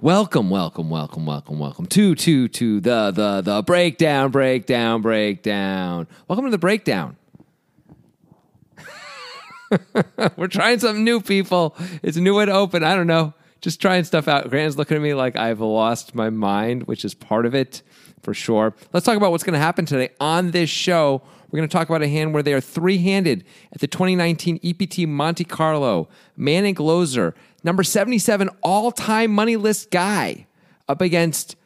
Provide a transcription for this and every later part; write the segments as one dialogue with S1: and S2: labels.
S1: Welcome, welcome, welcome, welcome, welcome to to to the the the breakdown, breakdown, breakdown. Welcome to the breakdown. We're trying something new, people. It's a new way to open. I don't know. Just trying stuff out. Grant's looking at me like I've lost my mind, which is part of it for sure. Let's talk about what's going to happen today on this show. We're going to talk about a hand where they are three handed at the 2019 EPT Monte Carlo. Manning Lozer, number 77 all time money list guy, up against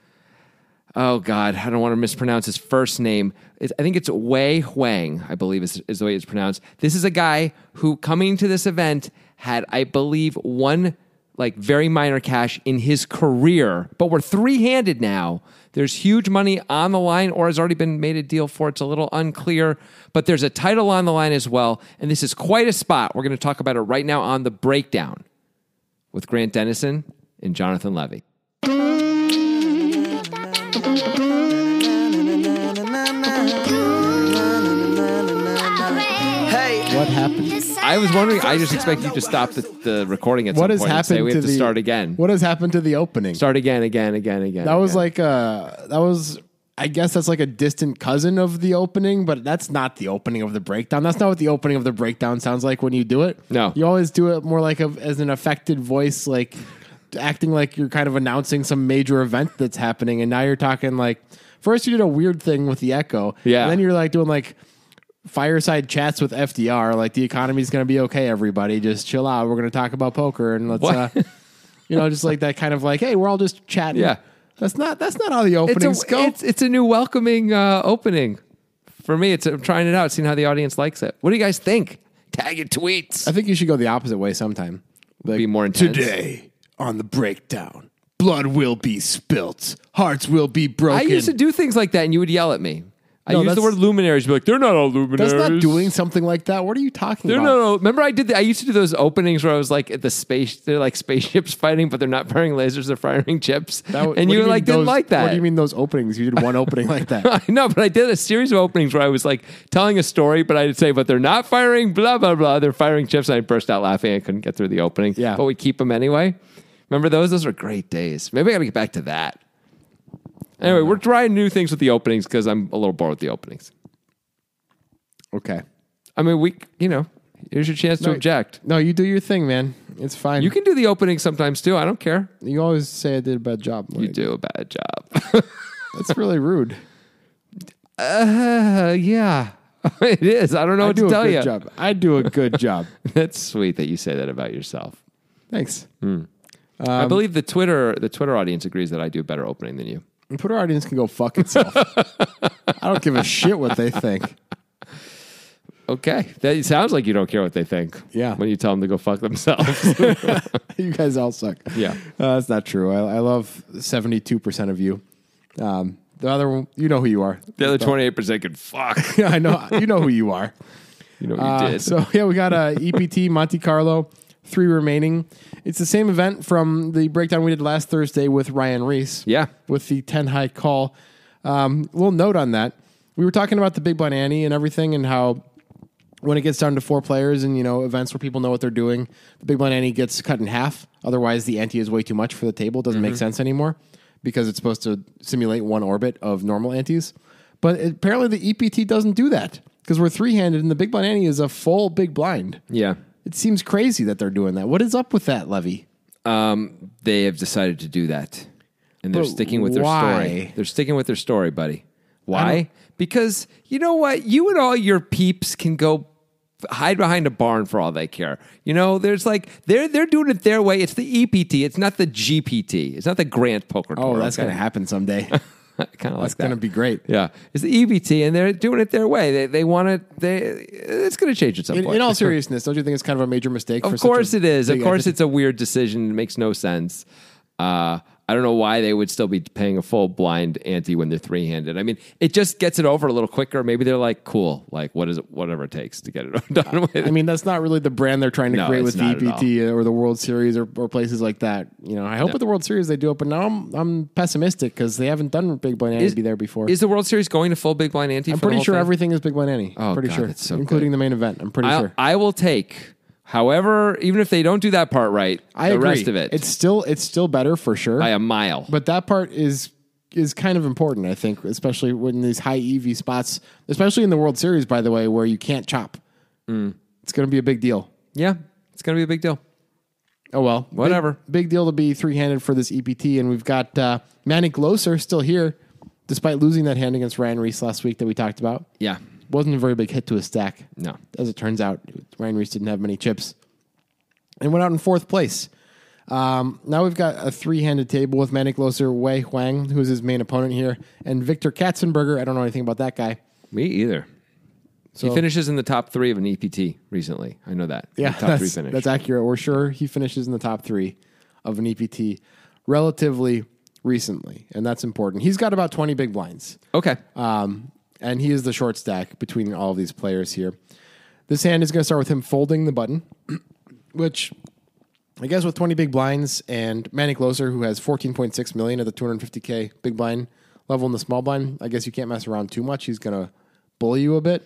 S1: oh god i don't want to mispronounce his first name it's, i think it's wei huang i believe is, is the way it's pronounced this is a guy who coming to this event had i believe one like very minor cash in his career but we're three-handed now there's huge money on the line or has already been made a deal for it's a little unclear but there's a title on the line as well and this is quite a spot we're going to talk about it right now on the breakdown with grant dennison and jonathan levy
S2: What happened?
S1: I was wondering. I just expect you to stop the, the recording at some
S2: What has
S1: point. and
S2: happened
S1: say we
S2: to
S1: have to
S2: the
S1: start again.
S2: What has happened to the opening?
S1: Start again, again, again, again.
S2: that was
S1: again.
S2: like uh that was I guess that's like a distant cousin of the opening, but that's not the opening of the breakdown. That's not what the opening of the breakdown sounds like when you do it.
S1: No.
S2: You always do it more like a, as an affected voice like acting like you're kind of announcing some major event that's happening and now you're talking like first you did a weird thing with the echo.
S1: Yeah.
S2: And then you're like doing like fireside chats with FDR like the economy's going to be okay everybody just chill out. We're going to talk about poker and let's
S1: What?
S2: uh you know just like that kind of like hey, we're all just chatting.
S1: Yeah.
S2: That's not that's not how the openings
S1: it's a,
S2: go.
S1: It's, it's a new welcoming uh, opening for me. It's I'm trying it out, seeing how the audience likes it. What do you guys think? Tag your tweets.
S2: I think you should go the opposite way sometime. Like,
S1: Be more intense.
S2: Today on the breakdown, blood will be spilt, hearts will be
S1: I
S2: broken.
S1: used to do things like that, and you would yell at me. I
S2: No,
S1: used the
S2: that's-
S1: word luminaries. You'd Be like, they're not all luminaries.
S2: that's not doing something like that. What are you talking
S1: No,
S2: about?
S1: no, no. Remember, I did. The, I used to do those openings where I was like at the space. They're like spaceships fighting, but they're not firing lasers. They're firing chips.
S2: That- what
S1: and
S2: do
S1: you,
S2: mean
S1: like didn't
S2: those-
S1: like that.
S2: What do you mean those openings? You did one opening like that.
S1: I know, but I did a series of openings where I was like telling a story, but I'd say, but they're not firing blah, blah, blah. They're firing chips. And I burst out laughing. I couldn't get through the opening.
S2: Yeah.
S1: But we keep them anyway. Remember those? Those were great days. Maybe I got to get back to that. Anyway, we're trying new things with the openings because I'm a little bored with the openings.
S2: Okay.
S1: I mean, we, you know, here's your chance to object.
S2: No, you do your thing, man. It's fine.
S1: You can do the opening sometimes too. I don't care.
S2: You always say I did a bad job.
S1: You
S2: Like,
S1: do a bad job.
S2: That's really rude.
S1: uh, yeah, it is. I don't know
S2: I
S1: what
S2: do
S1: to
S2: a
S1: tell
S2: good
S1: you.
S2: job. I do a good job.
S1: That's sweet that you say that about yourself.
S2: Thanks. Um,
S1: I believe the Twitter the Twitter audience agrees that I do a better opening than you.
S2: And Twitter audience can go fuck itself. I don't give a shit what they think.
S1: Okay, that it sounds like you don't care what they think.
S2: Yeah.
S1: when you tell them to go fuck themselves.
S2: You guys all suck.
S1: Yeah.
S2: Uh, that's not true. I, I love 72% of you. Um, the other one, you know who you are.
S1: the other twenty eight percent can fuck.
S2: Yeah, I know. You know who you are.
S1: You know what you
S2: Uh,
S1: did.
S2: So, yeah, we got uh, EPT, Monte Carlo, three remaining. It's the same event from the breakdown we did last Thursday with Ryan Reese.
S1: Yeah.
S2: With the 10 high call. Um, little note on that. We were talking about the Big Blind Annie and everything and how when it gets down to four players and you know events where people know what they're doing, the big blind ante gets cut in half. Otherwise, the ante is way too much for the table. It doesn't
S1: Mm-hmm.
S2: make sense anymore because it's supposed to simulate one orbit of normal antes. But apparently, the EPT doesn't do that because we're three handed and the big blind ante is a full big blind.
S1: yeah,
S2: It seems crazy that they're doing that. What is up with that, Levy?
S1: um, they have decided to do that, and they're
S2: But
S1: sticking with their story.
S2: why?
S1: They're sticking with their story, buddy. Why? Because you know what? You and all your peeps can go f- hide behind a barn for all they care. You know, there's like they're they're doing it their way. It's the EPT. It's not the GPT. It's not the Grant Poker
S2: Oh,
S1: Tour,
S2: that's
S1: okay?
S2: going to happen someday.
S1: kind of like
S2: that's
S1: that.
S2: going to be great.
S1: Yeah, it's the EBT, and they're doing it their way. They they want to. They it's going to change at some
S2: In,
S1: point.
S2: in all seriousness, don't you think it's kind of a major mistake?
S1: of
S2: for such a
S1: course it is. Of
S2: big
S1: course
S2: entity?
S1: it's a weird decision. It makes no sense. Uh, I don't know why they would still be paying a full blind ante when they're three handed. I mean, it just gets it over a little quicker. Maybe they're like, cool, like what is it, whatever it takes to get it done with.
S2: I mean, that's not really the brand they're trying to
S1: No,
S2: create
S1: it's
S2: with
S1: not at
S2: VPT or the World Series or, or places like that. You know, I hope at the World Series they do it, but now I'm I'm pessimistic because they haven't done Big Blind Annie be there before.
S1: Is the World Series going to full big blind ante?
S2: I'm pretty sure everything is Big Blind Annie.
S1: Oh,
S2: pretty
S1: God,
S2: sure,
S1: that's so
S2: including
S1: good.
S2: the main event. I'm pretty
S1: I,
S2: sure.
S1: I will take However, even if they don't do that part right,
S2: I
S1: the
S2: agree.
S1: rest of it
S2: It's still it's still better for sure.
S1: by a mile.
S2: but that part is is kind of important, I think, especially when these high EV spots, especially in the World Series, by the way, where you can't chop.
S1: Mm.
S2: It's going to be a big deal.
S1: yeah, it's going to be a big deal.
S2: Oh well,
S1: Whatever.
S2: Big, big deal to be three handed for this EPT, and we've got uh, Manny Gloser still here, despite losing that hand against Ryan Reese last week that we talked about.
S1: Yeah.
S2: wasn't a very big hit to his stack.
S1: No.
S2: As it turns out, Ryan Reese didn't have many chips and went out in fourth place. Um, now we've got a three handed table with Manic Loser, Wei Huang, who's his main opponent here, and Victor Katzenberger. I don't know anything about that guy.
S1: Me either. he finishes in the top three of an EPT recently. I know that. The top three
S2: that's,
S1: finish.
S2: that's accurate. We're sure he finishes in the top three of an EPT relatively recently, and that's important. He's got about 20 big blinds.
S1: okay.
S2: Um, and he is the short stack between all of these players here. This hand is going to start with him folding the button, which I guess with 20 big blinds and Manny Closer, who has 14.6 million at the 250K big blind level in the small blind, I guess you can't mess around too much. He's going to bully you a bit.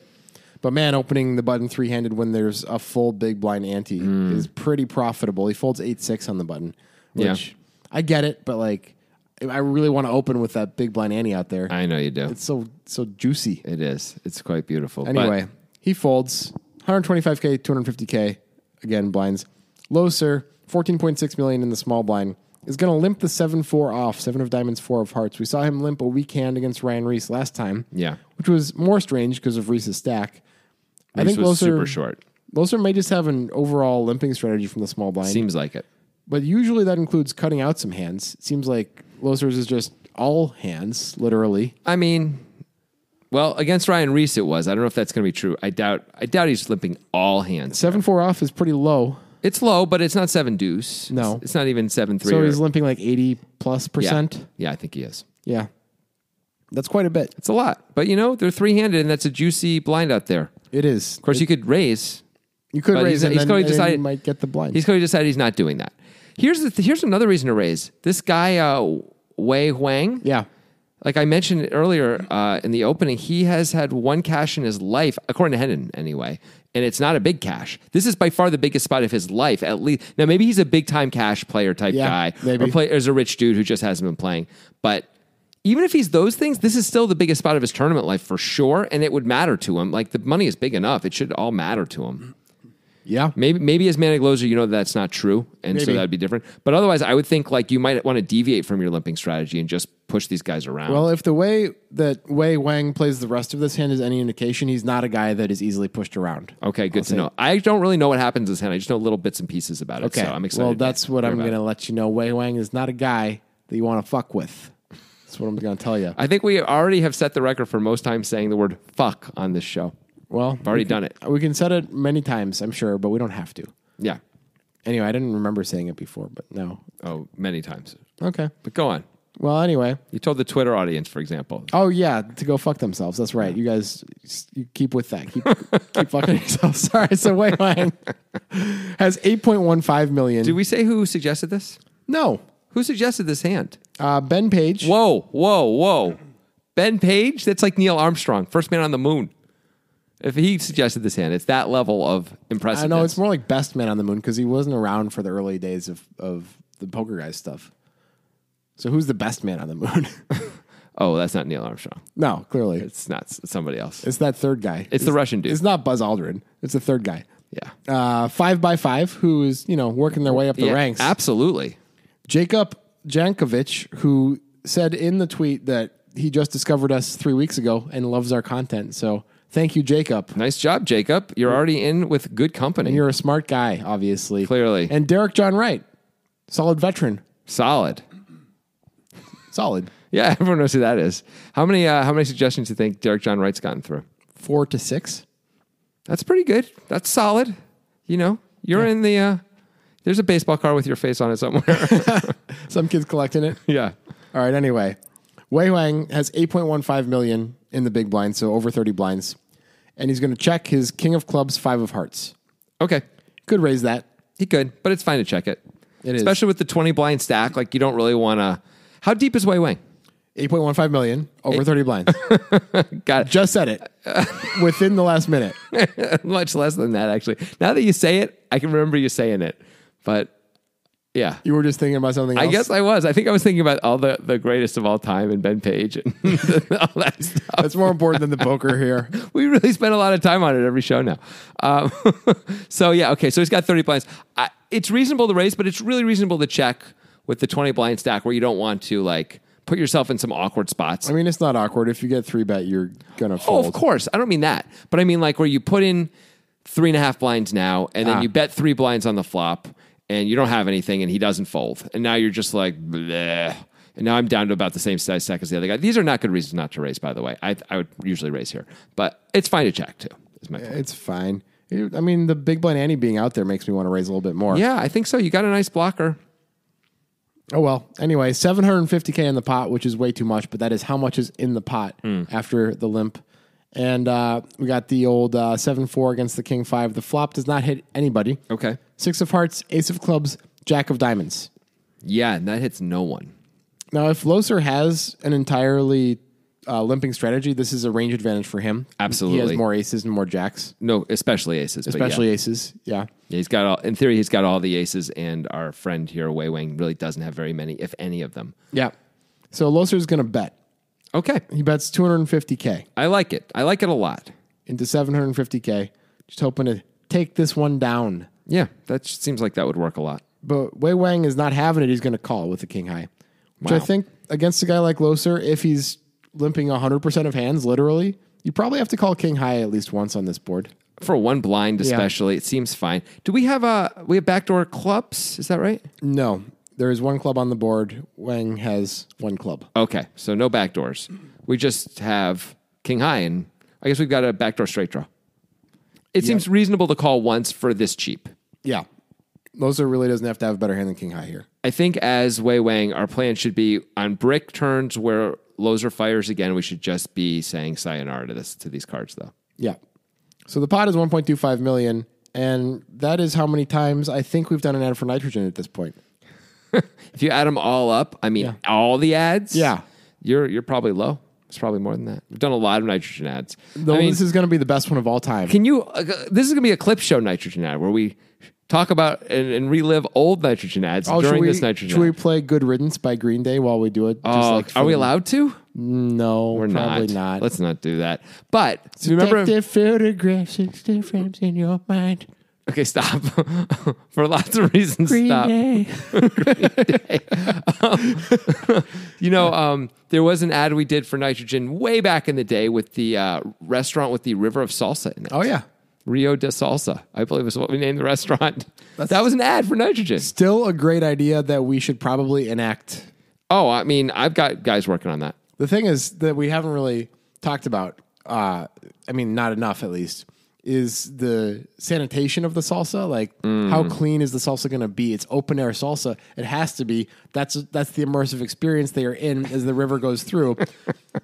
S2: But man, opening the button three handed when there's a full big blind ante is pretty profitable. He folds 8 6 on the button,
S1: Mm. Yeah.
S2: which I get it, but like I really want to open with that big blind ante out there.
S1: I know you do.
S2: It's so so juicy.
S1: It is. It's quite beautiful. But
S2: Anyway, he folds 125k, 250k again blinds. Loser 14.6 million in the small blind is going to limp the 7-4 off, 7 of diamonds, 4 of hearts. We saw him limp a weak hand against Ryan Reese last time.
S1: Yeah.
S2: Which was more strange because of Reese's stack. I
S1: Reese
S2: think
S1: was
S2: Loser
S1: super short.
S2: Loser may just have an overall limping strategy from the small blind.
S1: Seems like it.
S2: But usually that includes cutting out some hands. It seems like Loser's is just all hands, literally.
S1: I mean, well, against Ryan Reese it was. I don't know if that's going to be true. I doubt. I doubt he's limping all hands.
S2: 7-4 off is pretty low.
S1: It's low, but it's not seven deuce.
S2: No.
S1: it's, it's not even seven three.
S2: So
S1: or-
S2: he's limping like 80 plus
S1: yeah.
S2: percent.
S1: Yeah, I think he is.
S2: Yeah. That's quite a bit.
S1: It's a lot, but you know they're three handed, and that's a juicy blind out there. Of
S2: It is. Of
S1: course, you could raise.
S2: you could
S1: but he's-
S2: raise it.
S1: he's
S2: and then,
S1: going to
S2: and then
S1: decide-
S2: you might get the blind.
S1: He's going to decide he's not doing that. Here's the th- here's another reason to raise. This guy uh, Wei Huang.
S2: yeah.
S1: Like I mentioned earlier uh, in the opening, he has had one cash in his life, according to Hendon anyway, and it's not a big cash. This is by far the biggest spot of his life, at least. Now, maybe he's a big time cash player type
S2: Yeah,
S1: guy,
S2: maybe.
S1: or play, is a rich dude who just hasn't been playing. But even if he's those things, this is still the biggest spot of his tournament life for sure, and it would matter to him. Like the money is big enough; it should all matter to him.
S2: Yeah.
S1: Maybe maybe as manic loser, you know that's not true, and so
S2: Maybe.
S1: that'd be different. But otherwise, I would think like you might want to deviate from your limping strategy and just push these guys around.
S2: Well, if the way that Wei Wang plays the rest of this hand is any indication, he's not a guy that is easily pushed around.
S1: Okay, good to know. I don't really know what happens in this hand. I just know little bits and pieces about it.
S2: Okay.
S1: so I'm excited.
S2: Well,
S1: to
S2: that's what
S1: hear
S2: I'm
S1: about
S2: going
S1: it.
S2: to let you know. Wei Wang is not a guy that you want to fuck with. That's what I'm going to tell you.
S1: I think we already have set the record for most times saying the word "fuck" on this show.
S2: Well,
S1: I've already done it.
S2: we can set it many times, I'm sure, but we don't have to.
S1: Yeah.
S2: Anyway, I didn't remember saying it before, but no.
S1: Oh, many times.
S2: Okay.
S1: But go on.
S2: Well, anyway.
S1: You told the Twitter audience, for example.
S2: Oh yeah, to go fuck themselves. That's right. You guys, you keep with that. Keep, keep fucking yourselves. Sorry. So Wei Wang has eight point one five million.
S1: Did we say who suggested this?
S2: no,
S1: Who suggested this hand?
S2: uh, Ben Page.
S1: Whoa, whoa, whoa! Ben Page. That's like Neil Armstrong, first man on the moon. If he suggested this hand, it's that level of
S2: I
S1: impressiveness.
S2: know it's more like best man on the moon because he wasn't around for the early days of of the poker guys stuff. So who's the best man on the moon?
S1: oh, that's not Neil Armstrong.
S2: no, clearly it's,
S1: It's not s- somebody else.
S2: that third guy. It's,
S1: the Russian dude.
S2: It's not Buzz Aldrin. It's the third guy.
S1: yeah.
S2: Uh, five by five, who is you know working their way up the
S1: Yeah,
S2: ranks.
S1: Absolutely.
S2: Jacob Jankovic, who said in the tweet that he just discovered us three weeks ago and loves our content. So thank you, Jacob.
S1: Nice job, Jacob. You're already in with good company.
S2: You're a smart guy, obviously.
S1: Clearly.
S2: And Derek John Wright, solid veteran,
S1: Solid.
S2: solid.
S1: Yeah, everyone knows who that is. How many uh, how many suggestions do you think Derek John Wright's gotten through?
S2: Four to six.
S1: That's pretty good. That's solid. You know, you're in the uh, there's a baseball card with your face on it somewhere.
S2: Some kids collecting it.
S1: yeah.
S2: All right, anyway. Wei Huang has 8.15 million in the big blind, so over 30 blinds. And he's going to check his king of clubs, five of hearts.
S1: Okay.
S2: Could raise that.
S1: He could, but it's fine to check it.
S2: It is.
S1: Especially with the 20 blind stack, like you don't really want to How deep is Wei Wang?
S2: 8.15 million over 30 blinds.
S1: Got it.
S2: Just said it within the last minute.
S1: Much less than that, actually. Now that you say it, I can remember you saying it. But yeah,
S2: You were just thinking about something else.
S1: I guess I was. I think I was thinking about all the, the greatest of all time and Ben Page and all that stuff.
S2: that's more important than the poker here.
S1: We really spend a lot of time on it every show now. Um, so yeah, okay. So he's got thirty blinds. I, it's reasonable to raise, but it's really reasonable to check with the twenty blind stack where you don't want to like put yourself in some awkward spots.
S2: I mean, it's not awkward. If you get three bet, you're gonna
S1: Oh,
S2: fold.
S1: of course. I don't mean that, but I mean like where you put in three and a half blinds now, and then you bet three blinds on the flop, and you don't have anything, and he doesn't fold, and now you're just like, bleh. and now I'm down to about the same size stack as the other guy. These are not good reasons not to raise, by the way. I I would usually raise here, but it's fine to check too. Is my point.
S2: It's fine. It- I mean, the big blind Annie being out there makes me want to raise a little bit more.
S1: Yeah, I think so. You got a nice blocker.
S2: Oh well. Anyway, 750k in the pot, which is way too much, but that is how much is in the pot
S1: Hmm.
S2: after the limp. And uh, we got the old uh, seven four against the king five. The flop does not hit anybody.
S1: Okay.
S2: Six of hearts, ace of clubs, jack of diamonds.
S1: Yeah, and that hits no one.
S2: Now, if Loser has an entirely uh, limping strategy, this is a range advantage for him. he
S1: Absolutely.
S2: has more aces and more jacks,
S1: No, especially aces. but yeah.
S2: especially aces. Yeah.
S1: Yeah, he's got all. In theory, he's got all the aces, and our friend here, Wei Wang, really doesn't have very many, if any of them.
S2: Yeah. So Loser is going to bet.
S1: Okay,
S2: He bets 250K
S1: I like it. I like it a lot.
S2: into 750K, just hoping to take this one down.
S1: Yeah, that just seems like that would work a lot.
S2: But Wei Wang is not having it. He's going to call with the king high, which I
S1: Wow.
S2: think against a guy like Loser, if he's limping 100% of hands, literally, you probably have to call king high at least once on this board.
S1: For one blind, especially, it seems fine. Do we have a we have backdoor clubs? Is that right?
S2: No, there is one club on the board. Wang has one club.
S1: Okay, so no backdoors. We just have king high, and I guess we've got a backdoor straight draw. It seems reasonable to call once for this cheap.
S2: Yeah. Loser really doesn't have to have a better hand than King High here.
S1: I think as Wei Wang, our plan should be on brick turns where Lozer fires again. We should just be saying sayonara to this to these cards, though.
S2: Yeah. So the pot is 1.25 million, and that is how many times I think we've done an ad for nitrogen at this point.
S1: If you add them all up, I mean all the ads,
S2: Yeah.
S1: you're you're probably low. It's probably more than that. We've done a lot of nitrogen ads.
S2: Though
S1: I mean,
S2: this is going to be the best one of all time.
S1: can you? Uh, this is gonna be a clip show nitrogen ad where we talk about and, and relive old nitrogen ads
S2: Oh,
S1: during
S2: should we,
S1: this nitrogen.
S2: should we
S1: ad.
S2: play Good Riddance by Green Day while we do it? Just
S1: Oh,
S2: like
S1: are we
S2: for-
S1: allowed to?
S2: No, we're
S1: We're
S2: probably
S1: not.
S2: not.
S1: Let's not do that. But remember,
S2: remember the photographs, sixty frames in your mind.
S1: Okay, stop. For lots of reasons,
S2: Green
S1: stop.
S2: Day.
S1: You know, um, there was an ad we did for nitrogen way back in the day with the uh, restaurant with the river of salsa in it.
S2: Oh yeah,
S1: Rio de Salsa, I believe is what we named the restaurant. that was an ad for nitrogen.
S2: still a great idea that we should probably enact.
S1: Oh, I mean, I've got guys working on that.
S2: The thing is that we haven't really talked about, uh, I mean, not enough at least, is the sanitation of the salsa. Like, how clean is the salsa going to be? It's open air salsa. It has to be. That's that's the immersive experience they are in as the river goes through.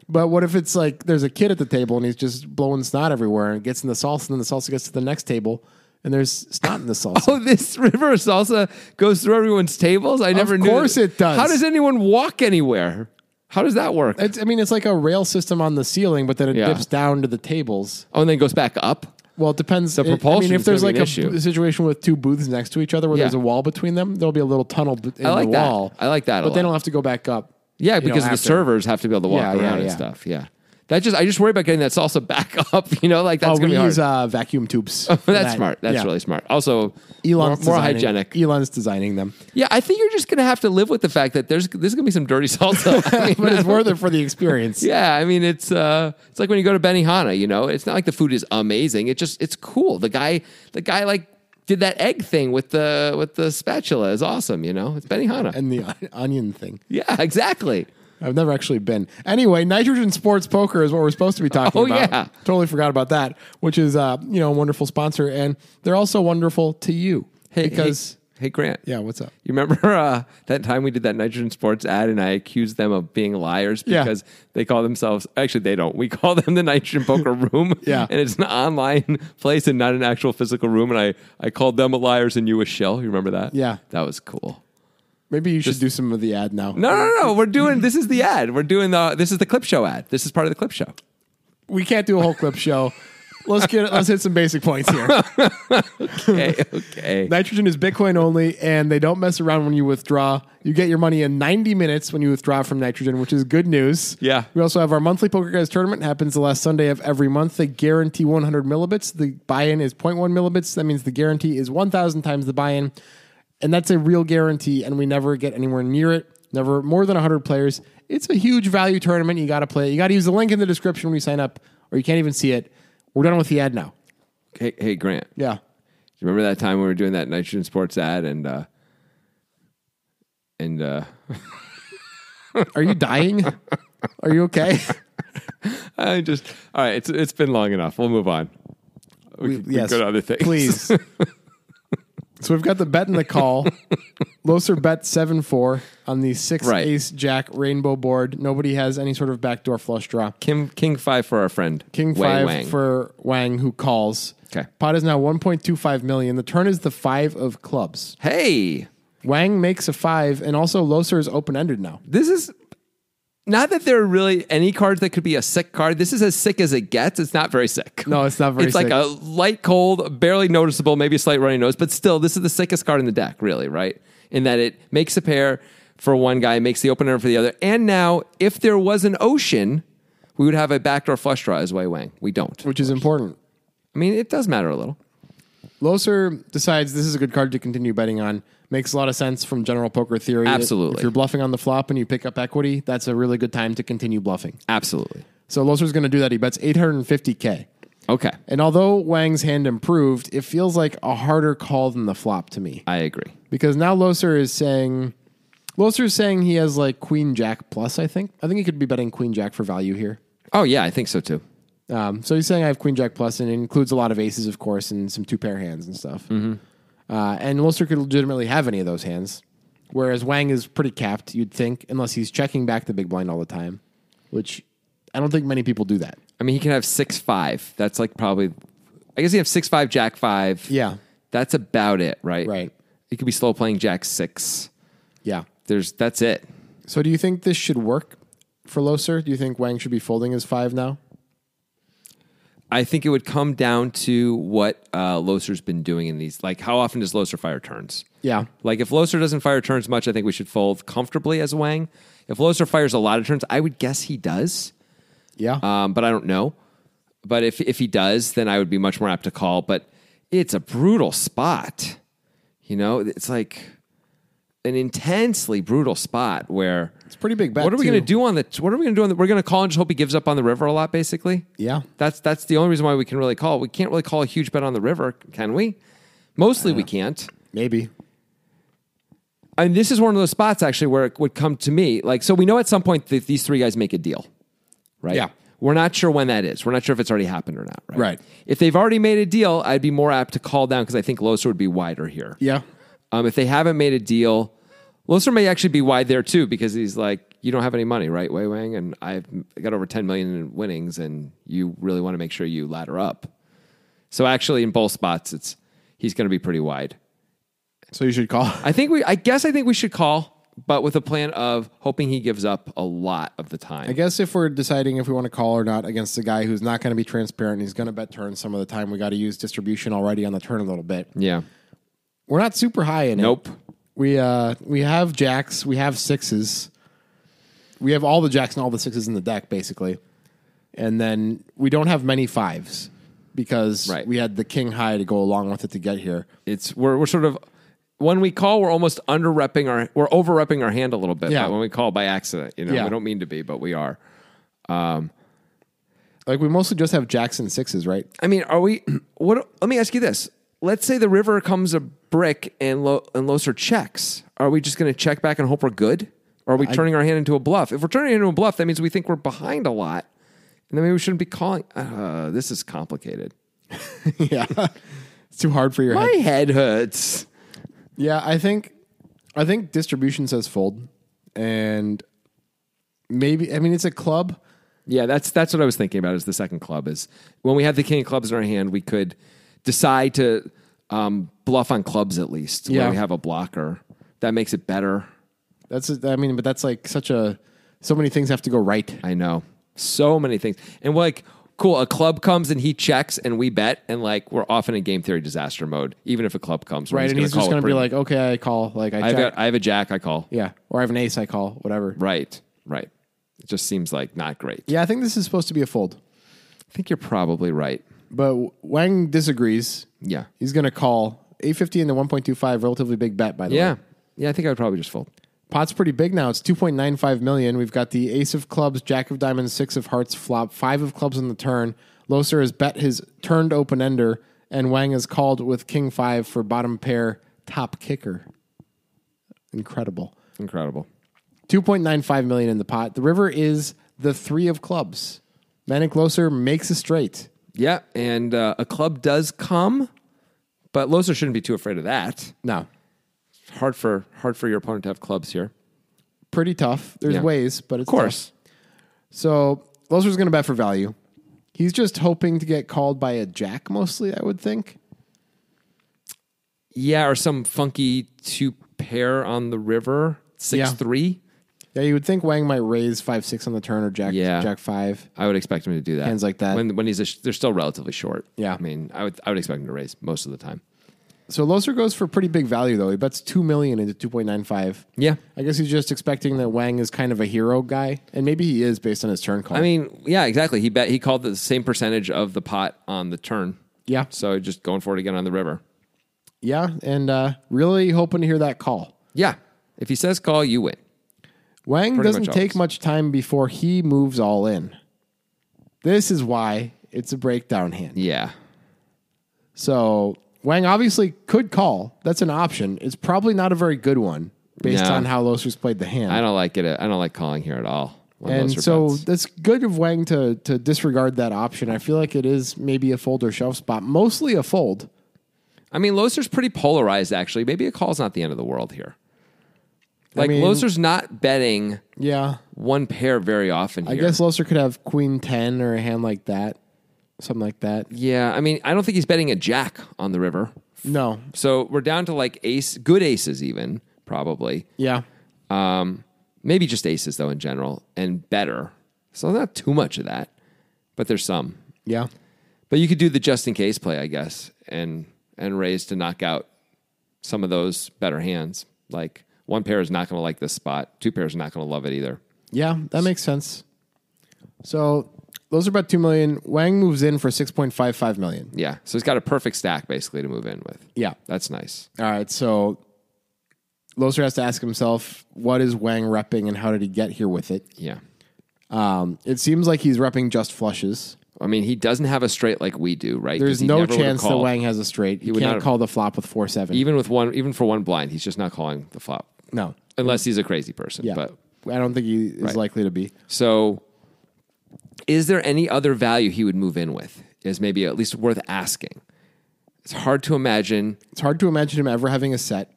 S2: but what if it's like there's a kid at the table and he's just blowing snot everywhere and gets in the salsa, and then the salsa gets to the next table and there's snot in the salsa.
S1: Oh, this river of salsa goes through everyone's tables. I never knew.
S2: course it does.
S1: How does anyone walk anywhere? How does that work?
S2: It's, I mean, it's like a rail system on the ceiling, but then it
S1: Yeah.
S2: dips down to the tables.
S1: Oh, and then it goes back up.
S2: Well, it depends. The I
S1: propulsion
S2: mean, if
S1: is
S2: there's
S1: gonna
S2: like
S1: be
S2: a
S1: an issue.
S2: b- situation with two booths next to each other where
S1: Yeah.
S2: there's a wall between them, there'll be a little tunnel b- in
S1: I like
S2: the
S1: that.
S2: wall.
S1: I like that a
S2: But they
S1: lot.
S2: don't have to go back up.
S1: Yeah,
S2: you know,
S1: because the
S2: after.
S1: servers have to be able to walk
S2: Yeah,
S1: around
S2: yeah,
S1: and
S2: yeah.
S1: stuff. Yeah. That just I just worry about getting that salsa back up, you know, like that's
S2: Oh,
S1: gonna
S2: we
S1: be hard.
S2: use uh, vacuum tubes.
S1: But that's smart. That's really smart. Also
S2: Elon's
S1: more, more
S2: designing-
S1: hygienic.
S2: Elon's designing them,
S1: Yeah, I think you're just gonna have to live with the fact that there's there's gonna be some dirty salsa. I mean,
S2: but it's worth it for the experience.
S1: yeah, I mean it's uh it's like when you go to Benihana, you know, it's not like the food is amazing. It just it's cool. The guy the guy like did that egg thing with the with the spatula is awesome, you know? It's Benihana.
S2: And the on- onion thing.
S1: yeah, exactly.
S2: I've never actually been. Anyway, nitrogen sports poker is what we're supposed to be talking
S1: Oh,
S2: about.
S1: yeah.
S2: Totally forgot about that, which is uh, you know a wonderful sponsor, and they're also wonderful to you
S1: Hey,
S2: because
S1: hey, hey Grant.
S2: yeah, what's up?
S1: You remember uh, that time we did that nitrogen sports ad, and I accused them of being liars
S2: Yeah.
S1: because they call themselves. Actually, they don't. We call them the nitrogen poker room.
S2: Yeah.
S1: and it's an online place and not an actual physical room. And I I called them a liars and you a shell. You remember that?
S2: Yeah.
S1: that was cool.
S2: Maybe you should do some of the ad now.
S1: No, no, no. We're doing this is the ad. We're doing the this is the clip show ad. This is part of the clip show.
S2: We can't do a whole clip show. Let's get let's hit some basic points here.
S1: Okay, okay.
S2: Nitrogen is Bitcoin only, and they don't mess around when you withdraw. You get your money in 90 minutes when you withdraw from Nitrogen, which is good news.
S1: Yeah.
S2: We also have our monthly Poker Guys tournament. happens the last Sunday of every month. They guarantee 100 millibits. The buy-in is 0.1 millibits. That means the guarantee is 1,000 times the buy-in, and that's a real guarantee. And we never get anywhere near it. Never more than 100 players. It's a huge value tournament. You got to play. it. You got to use the link in the description when you sign up, or you can't even see it. We're done with the ad now.
S1: hey, hey, Grant. Do
S2: Yeah.
S1: you remember that time we were doing that nitrogen sports ad and uh and uh
S2: Are you dying? Are you okay?
S1: I just all right, it's it's been long enough. We'll move on. We, can
S2: yes.
S1: go to other things.
S2: Please. so we've got the bet and the call. Loser bet 7 4 on the 6
S1: Right.
S2: ace jack rainbow board. Nobody has any sort of backdoor flush draw.
S1: Kim King five for our friend.
S2: King
S1: Wei
S2: 5
S1: Wang.
S2: for Wang, who calls.
S1: Okay.
S2: Pot is now 1.25 million. The turn is the 5 of clubs.
S1: Hey.
S2: Wang makes a 5, and also Loser is open ended now.
S1: This is not that there are really any cards that could be a sick card. This is as sick as it gets. It's not very sick.
S2: No, it's not very
S1: It's
S2: sick.
S1: like a light cold, barely noticeable, maybe a slight runny nose, but still, this is the sickest card in the deck, really, right? In that it makes a pair for one guy, makes the opener for the other. And now, if there was an ocean, we would have a backdoor flush draw as Wei Wang. We don't.
S2: which is important.
S1: I mean, it does matter a little.
S2: Loser decides this is a good card to continue betting on. Makes a lot of sense from general poker theory.
S1: Absolutely.
S2: If you're bluffing on the flop and you pick up equity, that's a really good time to continue bluffing.
S1: Absolutely.
S2: So Loser's going to do that. He bets 850K.
S1: Okay.
S2: And although Wang's hand improved, it feels like a harder call than the flop to me.
S1: I agree.
S2: Because now Loser is saying. Loser is saying he has like Queen Jack plus, I think. I think he could be betting Queen Jack for value here.
S1: Oh, yeah, I think so too.
S2: Um, so he's saying I have Queen Jack plus, and it includes a lot of aces, of course, and some two pair hands and stuff. Uh, and Lister could legitimately have any of those hands, whereas Wang is pretty capped, you'd think, unless he's checking back the big blind all the time, which I don't think many people do that.
S1: I mean, he can have six five. That's like probably. I guess he have six five, jack five.
S2: Yeah.
S1: that's about it, right?
S2: Right.
S1: He could be slow playing jack six.
S2: Yeah.
S1: There's that's it.
S2: So do you think this should work for Loser? Do you think Wang should be folding his five now?
S1: I think it would come down to what uh, Loser's been doing in these. Like, how often does Loser fire turns?
S2: Yeah.
S1: Like, if Loser doesn't fire turns much, I think we should fold comfortably as Wang. If Loser fires a lot of turns, I would guess he does.
S2: Yeah.
S1: um, but I don't know. But if if he does, then I would be much more apt to call. But it's a brutal spot, you know. It's like an intensely brutal spot where
S2: it's a pretty big bet.
S1: what are we going to
S2: too.
S1: do on the what are we going to do on the we're going to call and just hope he gives up on the river a lot, basically.
S2: Yeah.
S1: that's that's the only reason why we can really call. We can't really call a huge bet on the river, can we? Mostly we can't.
S2: Maybe.
S1: And this is one of those spots actually where it would come to me. Like, so we know at some point that these three guys make a deal, right?
S2: Yeah.
S1: We're not sure when that is. We're not sure if it's already happened or not, right?
S2: Right.
S1: If they've already made a deal, I'd be more apt to call down because I think Loser would be wider here.
S2: Yeah.
S1: Um, if they haven't made a deal, Loser may actually be wide there too because he's like, you don't have any money, right, Wei Wang? And I've got over 10 million in winnings and you really want to make sure you ladder up. So actually, in both spots, it's he's going to be pretty wide.
S2: So you should call.
S1: I think we. I guess I think we should call, but with a plan of hoping he gives up a lot of the time.
S2: I guess if we're deciding if we want to call or not against a guy who's not going to be transparent, he's going to bet turns some of the time. We got to use distribution already on the turn a little bit.
S1: yeah.
S2: We're not super high in
S1: Nope.
S2: it. We uh we have jacks, we have sixes, we have all the jacks and all the sixes in the deck basically, and then we don't have many fives because
S1: Right.
S2: we had the king high to go along with it to get here.
S1: It's we're we're sort of when we call, we're almost under repping our we're over repping our hand a little bit.
S2: Yeah.
S1: by- When we call by accident, you know,
S2: Yeah.
S1: we don't mean to be, but we are.
S2: Like we mostly just have jacks and sixes, right?
S1: I mean, are we? What? Let me ask you this. Let's say the river comes a brick and Lo, and Loser checks. Are we just going to check back and hope we're good? Or are we turning our hand into a bluff? If we're turning it into a bluff, that means we think we're behind a lot, and then maybe we shouldn't be calling. Uh, this is complicated.
S2: yeah, it's too hard for your
S1: My
S2: head.
S1: head hurts.
S2: Yeah, I think I think distribution says fold, and maybe I mean it's a club.
S1: Yeah, that's that's what I was thinking about. Is the second club is when we had the king of clubs in our hand, we could decide to um, bluff on clubs at least.
S2: Yeah.
S1: when we have a blocker that makes it better.
S2: That's I mean, but that's like such a so many things have to go right.
S1: I know. So many things. And we're like, cool, a club comes and he checks and we bet, and like we're often in game theory disaster mode, even if a club comes. where
S2: Right, and
S1: gonna
S2: he's just
S1: call it
S2: going to be
S1: pretty-
S2: like, okay, I call, like I
S1: I have,
S2: check,
S1: a, I have a jack, I call.
S2: yeah, or I have an ace, I call, whatever.
S1: Right, right. It just seems like not great.
S2: Yeah, I think this is supposed to be a fold,
S1: I think you're probably right.
S2: but Wang disagrees.
S1: Yeah.
S2: He's going to call eight fifty into one point two five, relatively big bet by the
S1: Yeah.
S2: way.
S1: Yeah, I think I would probably just fold.
S2: Pot's pretty big now. It's 2.95 million. We've got the ace of clubs, jack of diamonds, six of hearts, flop, five of clubs on the turn. Loser has bet his turned open ender, and Wang is called with king five for bottom pair top kicker. Incredible.
S1: Incredible.
S2: 2.95 million in the pot. The river is the three of clubs. Manic Loser makes a straight.
S1: Yeah, and uh, a club does come, but Loser shouldn't be too afraid of that.
S2: No,
S1: Hard for hard for your opponent to have clubs here.
S2: pretty tough. There's
S1: Yeah.
S2: ways, but it's
S1: Of course.
S2: So Loser's going to bet for value. He's just hoping to get called by a jack mostly, I would think.
S1: Yeah, or some funky two pair on the river, six
S2: Yeah.
S1: three.
S2: Yeah, you would think Wang might raise five six on the turn or jack
S1: Yeah.
S2: jack five.
S1: I would expect him to do that.
S2: Hands like that.
S1: When when he's a sh- they're still relatively short.
S2: Yeah.
S1: I mean, I would I would expect him to raise most of the time.
S2: So Loser goes for pretty big value though. He bets two million into two point nine five.
S1: Yeah.
S2: I guess he's just expecting that Wang is kind of a hero guy, and maybe he is based on his turn call.
S1: I mean, yeah, exactly. He bet he called the same percentage of the pot on the turn.
S2: Yeah.
S1: So just going for it again on the river.
S2: yeah, and uh, really hoping to hear that call.
S1: Yeah. If he says call, you win.
S2: Wang doesn't
S1: much
S2: take
S1: always.
S2: much time before he moves all in. This is why it's a breakdown hand.
S1: Yeah.
S2: So Wang obviously could call. That's an option. It's probably not a very good one based
S1: No.
S2: on how Loser's played the hand.
S1: I don't like it. uh, I don't like calling here at all. when those
S2: And
S1: are
S2: so
S1: bets.
S2: that's good of Wang to to disregard that option. I feel like it is maybe a fold or shove spot, mostly a fold.
S1: I mean, Loser's pretty polarized, actually. Maybe a call's not the end of the world here. Like,
S2: mean-
S1: Loser's not betting
S2: Yeah,
S1: one pair very often here.
S2: I guess Loser could have Queen ten or a hand like that, something like that.
S1: Yeah, I mean, I don't think he's betting a jack on the river.
S2: No,
S1: So we're down to like ace, good aces, even, probably.
S2: yeah,
S1: Um, maybe just aces, though, in general, and better. So not too much of that, but there's some.
S2: yeah.
S1: But you could do the just in case play, I guess, and and raise to knock out some of those better hands. Like one pair is not going to like this spot, two pairs are not going to love it either.
S2: Yeah, that makes sense. So those are about two million. Wang moves in for six point five five million.
S1: Yeah, so he's got a perfect stack basically to move in with.
S2: Yeah.
S1: that's nice.
S2: All right, so Loser has to ask himself, what is Wang repping and how did he get here with it?
S1: Yeah,
S2: Um, it seems like he's repping just flushes.
S1: I mean he doesn't have a straight like we do, right? 'Cause
S2: There's
S1: he
S2: no
S1: never would've
S2: chance that
S1: called.
S2: Wang has a straight. He,
S1: would not
S2: can't
S1: have-
S2: call the flop with four seven.
S1: even with one, even for one blind, he's just not calling the flop
S2: no,
S1: unless he's a crazy person.
S2: yeah,
S1: But
S2: I don't think he is likely to be.
S1: so, is there any other value he would move in with? Is maybe at least worth asking. It's hard to imagine
S2: It's hard to imagine him ever having a set.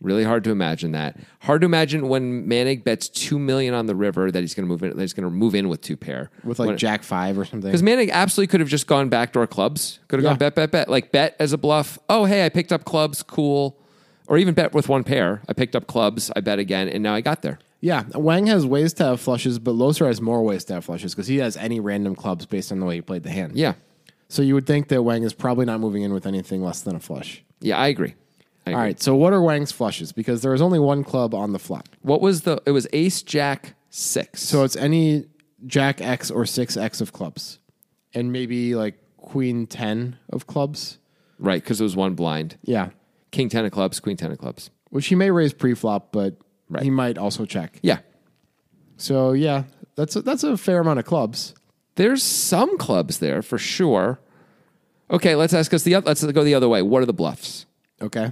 S1: Really hard to imagine that. Hard to imagine when Manig bets two million on the river that he's going to move in. That he's going to move in with two pair
S2: With like Jack five or something.
S1: because Manig absolutely could have just gone backdoor clubs. Could have
S2: Yeah.
S1: gone bet bet bet like bet as a bluff. Oh hey, I picked up clubs, cool. Or even bet with one pair. I picked up clubs. I bet again, and now I got there.
S2: Yeah, Wang has ways to have flushes, but Loser has more ways to have flushes because he has any random clubs based on the way he played the hand.
S1: Yeah,
S2: So you would think that Wang is probably not moving in with anything less than a flush.
S1: yeah, I agree. I agree.
S2: All right, so what are Wang's flushes? Because there is only one club on the flop.
S1: What was the? It was Ace Jack six.
S2: So it's any Jack X or 6X of clubs, and maybe like Queen 10 of clubs.
S1: right because it was one blind.
S2: Yeah,
S1: King ten of clubs, Queen ten of clubs.
S2: which he may raise pre flop, but
S1: Right.
S2: he might also check.
S1: Yeah,
S2: So yeah, that's a, that's a fair amount of clubs.
S1: There's some clubs there for sure. Okay, let's ask us the oth- let's go the other way. What are the bluffs?
S2: Okay.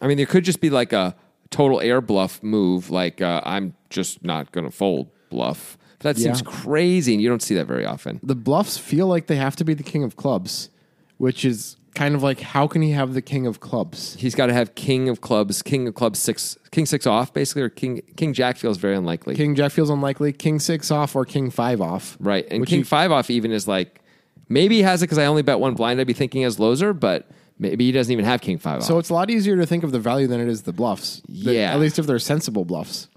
S1: I mean, there could just be like a total air bluff move, like uh, I'm just not going to fold bluff. That seems
S2: Yeah.
S1: crazy, and you don't see that very often.
S2: The bluffs feel like they have to be the king of clubs, which is kind of like how can he have the king of clubs?
S1: He's got to have king of clubs, king of clubs six, king six off, basically, or king king jack feels very unlikely,
S2: King Jack feels unlikely, king 6 off or king 5 off.
S1: right? And
S2: Which
S1: king
S2: he-
S1: five off even is like maybe he has it because I only bet one blind. I'd be thinking as loser, but Maybe he doesn't even have King Five off.
S2: So it's a lot easier to think of the value than it is the bluffs. The-
S1: Yeah.
S2: At least if they're sensible bluffs.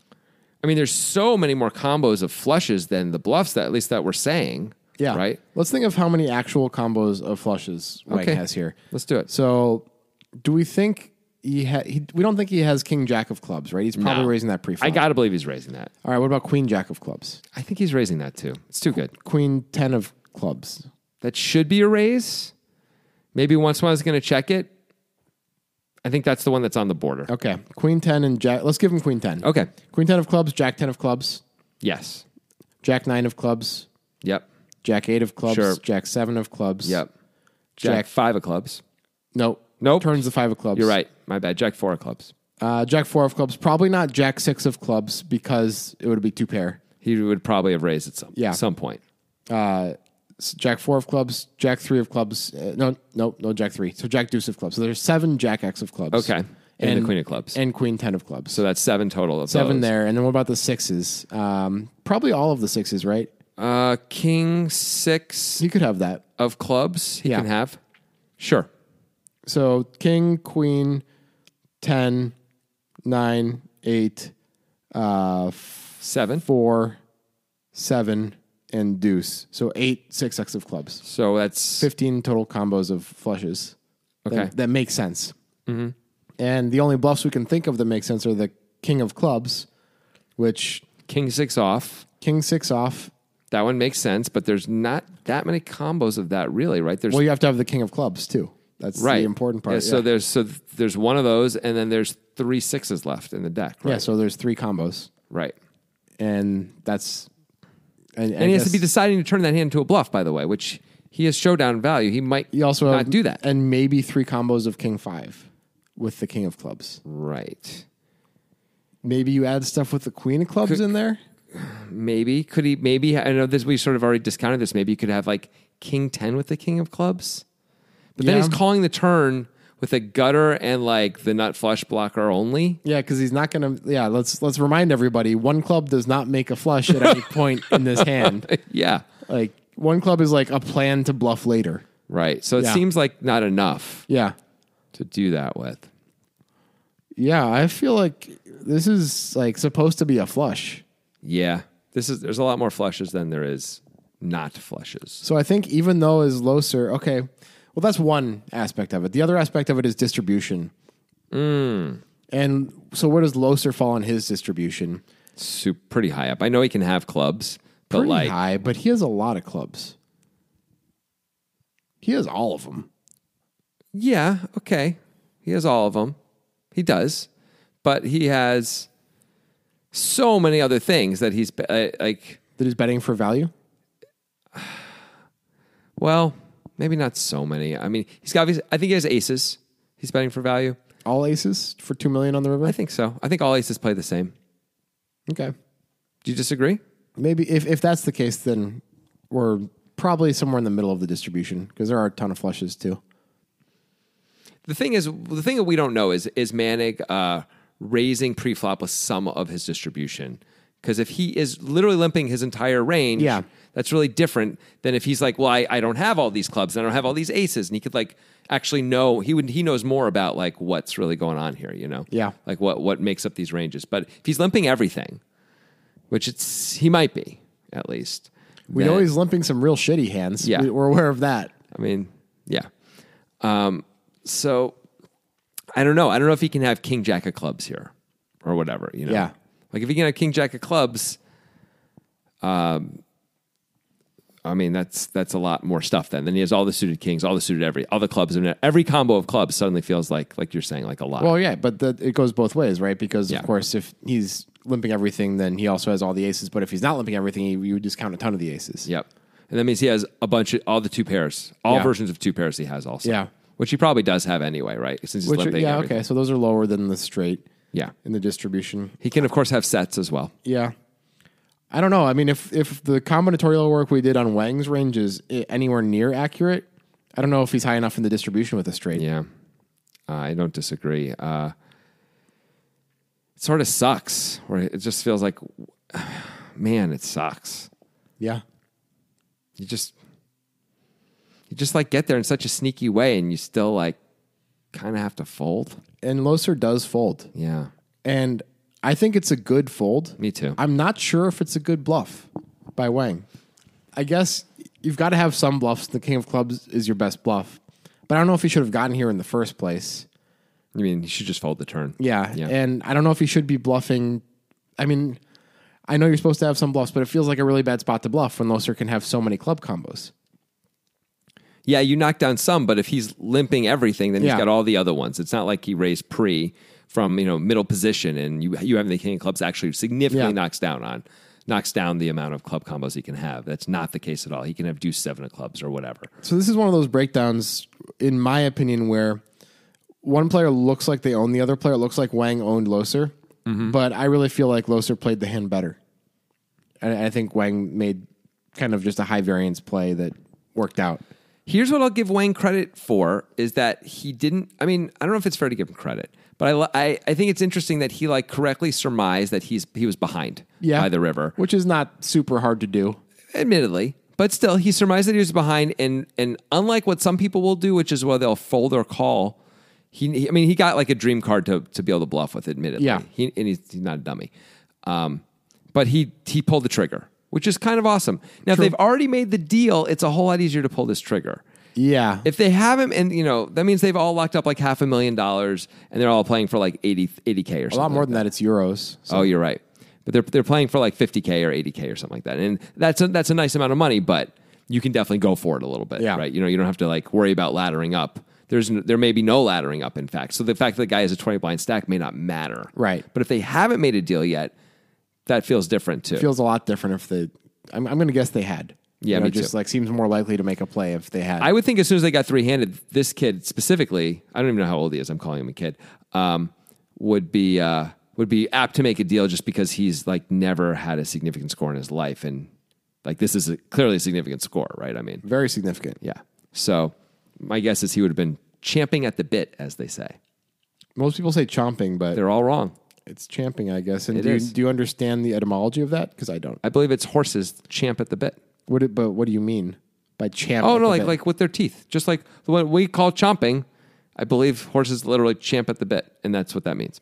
S1: I mean, there's so many more combos of flushes than the bluffs that at least that we're saying.
S2: Yeah.
S1: Right?
S2: Let's think of how many actual combos of flushes Wang
S1: Okay.
S2: has here.
S1: Let's do it.
S2: So, do we think he, ha- he? We don't think he has King Jack of clubs, right? He's probably
S1: No.
S2: raising that pre.
S1: I gotta believe he's raising that.
S2: All right. What about Queen Jack of clubs?
S1: I think he's raising that too. It's too good.
S2: Queen Ten of clubs.
S1: That should be a raise. Maybe once when I was gonna check it. I think that's the one that's on the border.
S2: Okay. Queen Ten and Jack. Let's give him Queen Ten.
S1: Okay.
S2: Queen Ten of clubs. Jack Ten of clubs.
S1: Yes.
S2: Jack Nine of clubs.
S1: Yep.
S2: Jack Eight of clubs.
S1: Sure.
S2: Jack Seven of clubs.
S1: Yep. Jack,
S2: Jack-
S1: five of clubs.
S2: Nope.
S1: Nope.
S2: Turns the Five of clubs.
S1: You're right. My bad. Jack four of clubs.
S2: Uh, Jack Four of clubs. Probably not Jack Six of clubs because it would be two pair.
S1: He would probably have raised at some
S2: Yeah.
S1: some point.
S2: uh, s- Jack four of clubs, Jack three of clubs. Uh, no, no, no, Jack three. So Jack deuce of clubs. So there's seven Jack X of clubs.
S1: Okay. And, the Queen of Clubs.
S2: and Queen ten of clubs.
S1: so that's seven total of
S2: seven
S1: those.
S2: there. And then what about the sixes? Um, probably all of the sixes, right?
S1: Uh, King six
S2: He could have that.
S1: of clubs he
S2: Yeah.
S1: can have. Sure.
S2: So King, Queen, 10, 9, 8, uh, f-
S1: Seven.
S2: 4, 7, and deuce. So eight six X of clubs.
S1: So that's
S2: 15 total combos of flushes that-
S1: Okay. Mm-hmm.
S2: that, make sense. And the only bluffs we can think of that make sense are the king of clubs, which
S1: King six off.
S2: king six off.
S1: That one makes sense, but there's not that many combos of that really, right? There's
S2: Well, you have to have the king of clubs too. That's
S1: right
S2: the important part.
S1: Yeah, So
S2: yeah.
S1: there's so th- there's one of those, and then there's three sixes left in the deck. Right.
S2: Yeah, so there's three combos,
S1: Right.
S2: and that's and,
S1: And he has to be
S2: the
S1: deciding to turn that hand into a bluff, by the way, which he has showdown value. He might
S2: you also
S1: not
S2: have-
S1: do that.
S2: and maybe three combos of king five with the king of clubs.
S1: right.
S2: Maybe you add stuff with the queen of clubs in there.
S1: Maybe could he? Maybe I know this. We sort of already discounted this. Maybe you could have like King Ten with the King of Clubs, but then
S2: Yeah.
S1: he's calling the turn with a gutter and like the nut flush blocker only.
S2: Yeah, because he's not gonna. Yeah, let's let's remind everybody: one club does not make a flush at any point in this hand.
S1: Yeah,
S2: Like one club is like a plan to bluff later.
S1: right. So it
S2: Yeah.
S1: seems like not enough
S2: Yeah,
S1: to do that with.
S2: yeah. I feel like this is like supposed to be a flush.
S1: Yeah, this is. There's a lot more flushes than there is not flushes.
S2: So I think even though is Loser, okay, well that's one aspect of it. The other aspect of it is distribution.
S1: Hmm.
S2: And so where does Loser fall in his distribution?
S1: Su- pretty high up. I know he can have clubs, but
S2: Pretty
S1: like
S2: high, but he has a lot of clubs. He has all of them.
S1: Yeah, okay. He has all of them. He does. But he has so many other things that he's uh, like,
S2: That he's betting for value.
S1: well, maybe not so many. I mean, he's got, I think he has aces. He's betting for value.
S2: All aces for two million on the river.
S1: I think so. I think all aces play the same.
S2: Okay,
S1: Do you disagree?
S2: maybe if if that's the case, then we're probably somewhere in the middle of the distribution because there are a ton of flushes too.
S1: The thing is, the thing that we don't know is is Manig uh, raising preflop with some of his distribution? Because if he is literally limping his entire range,
S2: Yeah.
S1: that's really different than if he's like, well, I, I don't have all these clubs, and I don't have all these aces, and he could like actually know he would he knows more about like what's really going on here, you know?
S2: Yeah.
S1: like what what makes up these ranges. But if he's limping everything, which it's he might be at least,
S2: We
S1: then-
S2: know he's limping some real shitty hands.
S1: Yeah.
S2: we, we're aware of that.
S1: I mean, yeah. Um, so I don't know. I don't know if he can have King Jack of clubs here or whatever, you know?
S2: Yeah.
S1: Like if he can have King Jack of clubs, um, I mean, that's, that's a lot more stuff then. Then he has all the suited Kings, all the suited every, all the clubs and every combo of clubs suddenly feels like, like you're saying like a lot.
S2: Well, yeah, but the, it goes both ways, right? Because
S1: Yeah.
S2: of course, if he's limping everything, then he also has all the aces. But if he's not limping everything, he, you would discount a ton of the aces.
S1: yep. And that means he has a bunch of all the two pairs, all
S2: Yeah.
S1: versions of two pairs he has also.
S2: Yeah.
S1: Which he probably does have anyway, right? Since he's
S2: Which,
S1: limping.
S2: yeah,
S1: everything.
S2: okay. So those are lower than the straight
S1: Yeah.
S2: in the distribution.
S1: He can, of course, have sets as well.
S2: Yeah. I don't know. I mean, if if the combinatorial work we did on Wang's range is i- anywhere near accurate, I don't know if he's high enough in the distribution with a straight.
S1: Yeah, uh, I don't disagree. Uh, it sort of sucks, or it just feels like, man, it sucks.
S2: Yeah.
S1: You just, you just like get there in such a sneaky way, and you still like kind of have to fold.
S2: And Loser does fold.
S1: Yeah.
S2: And I think it's a good fold.
S1: Me too.
S2: I'm not sure if it's a good bluff by Wang. I guess you've got to have some bluffs. The King of Clubs is your best bluff. But I don't know if he should have gotten here in the first place.
S1: I mean, you should just fold the turn.
S2: Yeah.
S1: Yeah.
S2: And I don't know if he should be bluffing. I mean, I know you're supposed to have some bluffs, but it feels like a really bad spot to bluff when Loser can have so many club combos.
S1: Yeah, you knock down some, but if he's limping everything, then
S2: Yeah.
S1: he's got all the other ones. It's not like he raised pre from you know middle position, and you you having the king of clubs actually significantly
S2: Yeah.
S1: knocks down on knocks down the amount of club combos he can have. That's not the case at all. He can have deuce seven of clubs or whatever.
S2: So this is one of those breakdowns, in my opinion, where one player looks like they own the other player. It looks like Wang owned Loser,
S1: Mm-hmm.
S2: but I really feel like Loser played the hand better. And I think Wang made kind of just a high variance play that worked out.
S1: Here's what I'll give Wayne credit for is that he didn't. I mean, I don't know if it's fair to give him credit, but I, li- I, I think it's interesting that he like correctly surmised that he's he was behind
S2: Yeah,
S1: by the river,
S2: which is not super hard to do.
S1: admittedly. But still, he surmised that he was behind, and and unlike what some people will do, which is where they'll fold or call, he, he- I mean, he got like a dream card to to be able to bluff with, admittedly.
S2: Yeah.
S1: he, and he's, he's not a dummy, um, but he he pulled the trigger, which is kind of awesome. Now, if they've already made the deal, it's a whole lot easier to pull this trigger.
S2: Yeah,
S1: If they haven't, and you know, that means they've all locked up like half a million dollars, and they're all playing for like 80 k or something.
S2: a lot more than that. It's euros. So
S1: Oh, you're right. But they're they're playing for like 50k or 80k or something like that, and that's a, that's a nice amount of money, but you can definitely go for it a little bit,
S2: Yeah.
S1: right? You know, you don't have to like worry about laddering up. There's n- there may be no laddering up, in fact. So the fact that the guy has a 20 blind stack may not matter,
S2: Right.
S1: But if they haven't made a deal yet, that feels different too.
S2: it feels a lot different if they. I'm, I'm going to guess they had.
S1: Yeah,
S2: you know,
S1: me
S2: just
S1: too.
S2: like seems more likely to make a play if they had.
S1: I would think as soon as they got three handed, this kid specifically, I don't even know how old he is. I'm calling him a kid. Um, would be uh, would be apt to make a deal just because he's like never had a significant score in his life, and like this is a, clearly a significant score, right? I mean,
S2: Very significant.
S1: yeah. So my guess is he would have been champing at the bit, as they say.
S2: Most people say chomping, but
S1: They're all wrong.
S2: It's champing, I guess. And
S1: It
S2: do you,
S1: is.
S2: do you understand the etymology of that? Because I don't.
S1: I believe it's horses champ at the bit.
S2: What? It, but what do you mean by champ?
S1: Oh
S2: at
S1: no,
S2: the
S1: like
S2: bit?
S1: like with their teeth, just like what we call chomping. I believe horses literally champ at the bit, and that's what that means.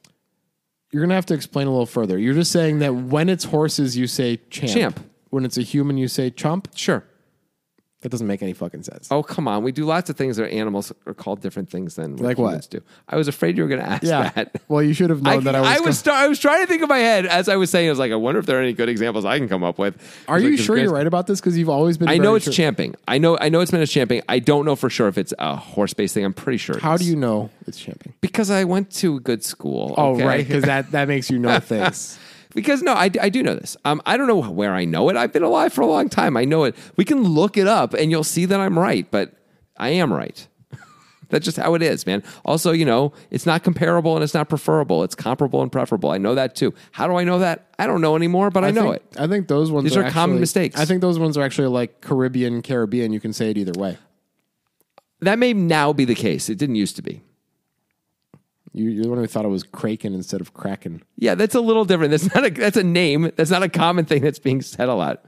S2: you're gonna have to explain a little further. You're just saying that when it's horses, you say champ.
S1: Champ.
S2: When it's a human, you say chomp.
S1: Sure.
S2: That doesn't make any fucking sense.
S1: Oh, come on. We do lots of things that are animals are called different things than what
S2: Like what?
S1: humans do. I was afraid you were going to ask
S2: yeah.
S1: that.
S2: Well, you should have
S1: I,
S2: known that I was.
S1: I was,
S2: go-
S1: sta- I was trying to think in my head as I was saying, I was like, I wonder if there are any good examples I can come up with.
S2: are
S1: It's
S2: you
S1: like, 'cause
S2: sure
S1: Grant's-
S2: you're right about this? Because you've always been.
S1: I know
S2: very
S1: it's
S2: sure.
S1: champing. I know I know it's meant as champing. I don't know for sure if it's a horse based thing. I'm pretty sure. it
S2: How do
S1: is.
S2: you know it's champing?
S1: Because I went to a good school.
S2: Oh,
S1: okay?
S2: right. Because that that makes you know things.
S1: Because no, I, I do know this. Um, I don't know where I know it. I've been alive for a long time. I know it. We can look it up and you'll see that I'm right, but I am right. That's just how it is, man. Also, you know, it's not comparable and it's not preferable. It's comparable and preferable. I know that too. How do I know that? I don't know anymore, but I, know
S2: think,
S1: it.
S2: I think those ones
S1: These are common
S2: actually-
S1: mistakes.
S2: I think those ones are actually like Caribbean, Caribbean. You can say it either way.
S1: That may now be the case. It didn't used to be.
S2: You, you're the one who thought it was Kraken instead of Kraken.
S1: Yeah, that's a little different. That's not a that's a name. That's not a common thing that's being said a lot.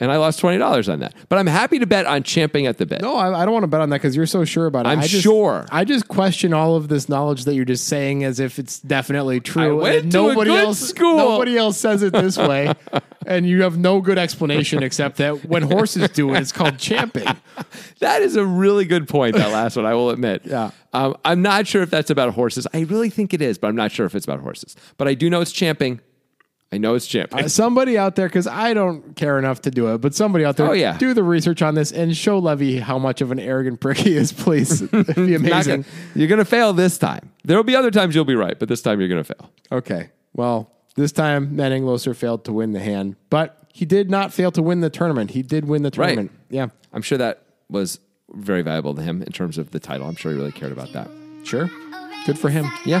S1: And I lost twenty dollars on that. But I'm happy to bet on champing at the bit.
S2: No, I, I don't want to bet on that because you're so sure about it.
S1: I'm
S2: I just,
S1: sure.
S2: I just question all of this knowledge that you're just saying as if it's definitely true.
S1: went
S2: and
S1: to a good
S2: else,
S1: school.
S2: Nobody else says it this way, and you have no good explanation except that when horses do it, it's called champing.
S1: That is a really good point. That last one, I will admit.
S2: Yeah.
S1: um, I'm not sure if that's about horses. I really think it is, but I'm not sure if it's about horses. But I do know it's champing. I know it's champing.
S2: Uh, Somebody out there, because I don't care enough to do it, but somebody out there,
S1: Oh, yeah.
S2: do the research on this and show Levy how much of an arrogant prick he is, please. It'd be
S1: Not
S2: amazing.
S1: gonna- you're going to fail this time. There will be other times you'll be right, but this time you're going to fail.
S2: Okay. Well, this time Manning Loser failed to win the hand, but he did not fail to win the tournament. He did win the tournament. Yeah.
S1: I'm sure that was very valuable to him in terms of the title. I'm sure he really cared about that.
S2: Sure. Good for him.
S1: Yeah.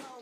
S3: home.